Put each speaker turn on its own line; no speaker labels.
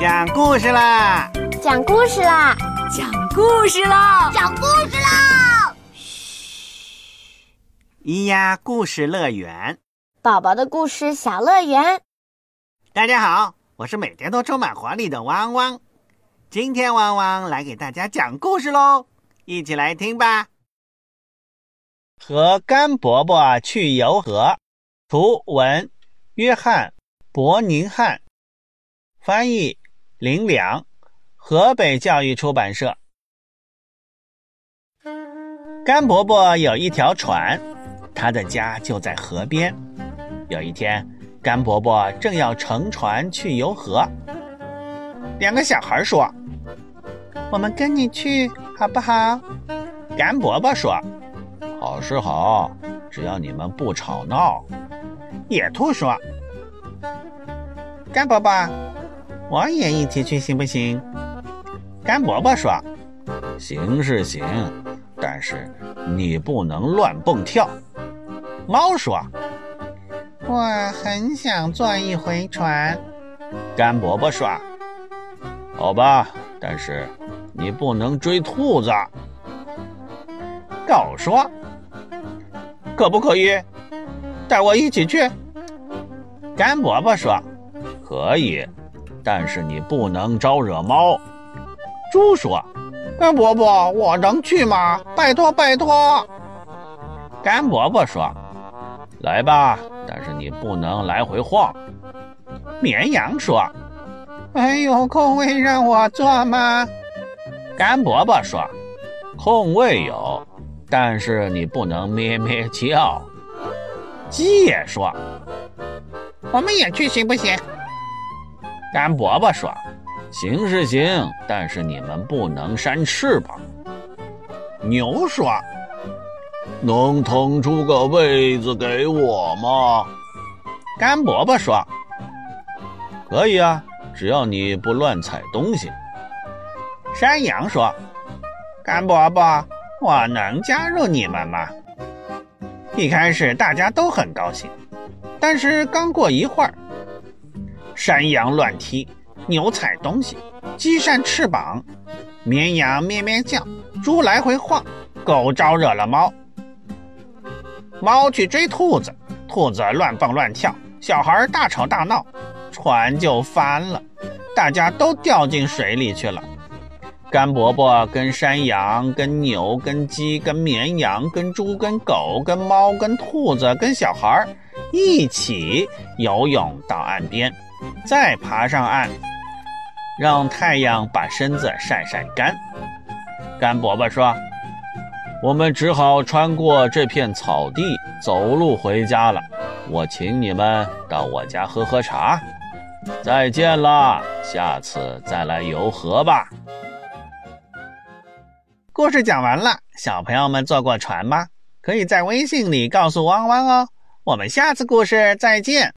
讲故事啦！
讲故事啦！
讲故事啦！
讲故事啦！
咿呀故事乐园，
宝宝的故事小乐园。
大家好，我是每天都充满活力的汪汪。今天汪汪来给大家讲故事喽，一起来听吧。和甘伯伯去游河，图文：约翰·伯宁汉，翻译：林良，河北教育出版社。甘伯伯有一条船，他的家就在河边。有一天，甘伯伯正要乘船去游河，两个小孩说：“我们跟你去好不好？”甘伯伯说。
好是好，只要你们不吵闹。
野兔说：“干伯伯，我也一起去行不行？”干伯伯说：“
行是行，但是你不能乱蹦跳。”
猫说：“我很想坐一回船。”
干伯伯说：“好吧，但是你不能追兔子。”
狗说。可不可以带我一起去？甘伯伯说：“
可以，但是你不能招惹猫。”
猪说：“甘伯伯，我能去吗？拜托，拜托！”
甘伯伯说：“来吧，但是你不能来回晃。”
绵羊说：“
哎
还有空位让我坐吗？”
甘伯伯说：“空位有。”但是你不能咩咩叫。
鸡也说：“我们也去行不行？”
甘伯伯说：“行是行，但是你们不能扇翅膀。”
牛说：“
能腾出个位子给我吗？”
甘伯伯说：“
可以啊，只要你不乱踩东西。”
山羊说：“甘伯伯。”我能加入你们吗？一开始大家都很高兴，但是刚过一会儿，山羊乱踢，牛踩东西，鸡扇翅膀，绵羊咩咩叫，猪来回晃，狗招惹了猫，猫去追兔子，兔子乱蹦乱跳，小孩大吵大闹，船就翻了，大家都掉进水里去了。
甘伯伯跟山羊、跟牛、跟鸡、跟绵羊、跟猪、跟狗、跟猫、跟兔子、跟小孩一起游泳到岸边，再爬上岸，让太阳把身子晒晒干。甘伯伯说：“我们只好穿过这片草地，走路回家了。我请你们到我家喝喝茶，再见啦！下次再来游河吧。”
故事讲完了，小朋友们坐过船吗？可以在微信里告诉汪汪哦。我们下次故事再见。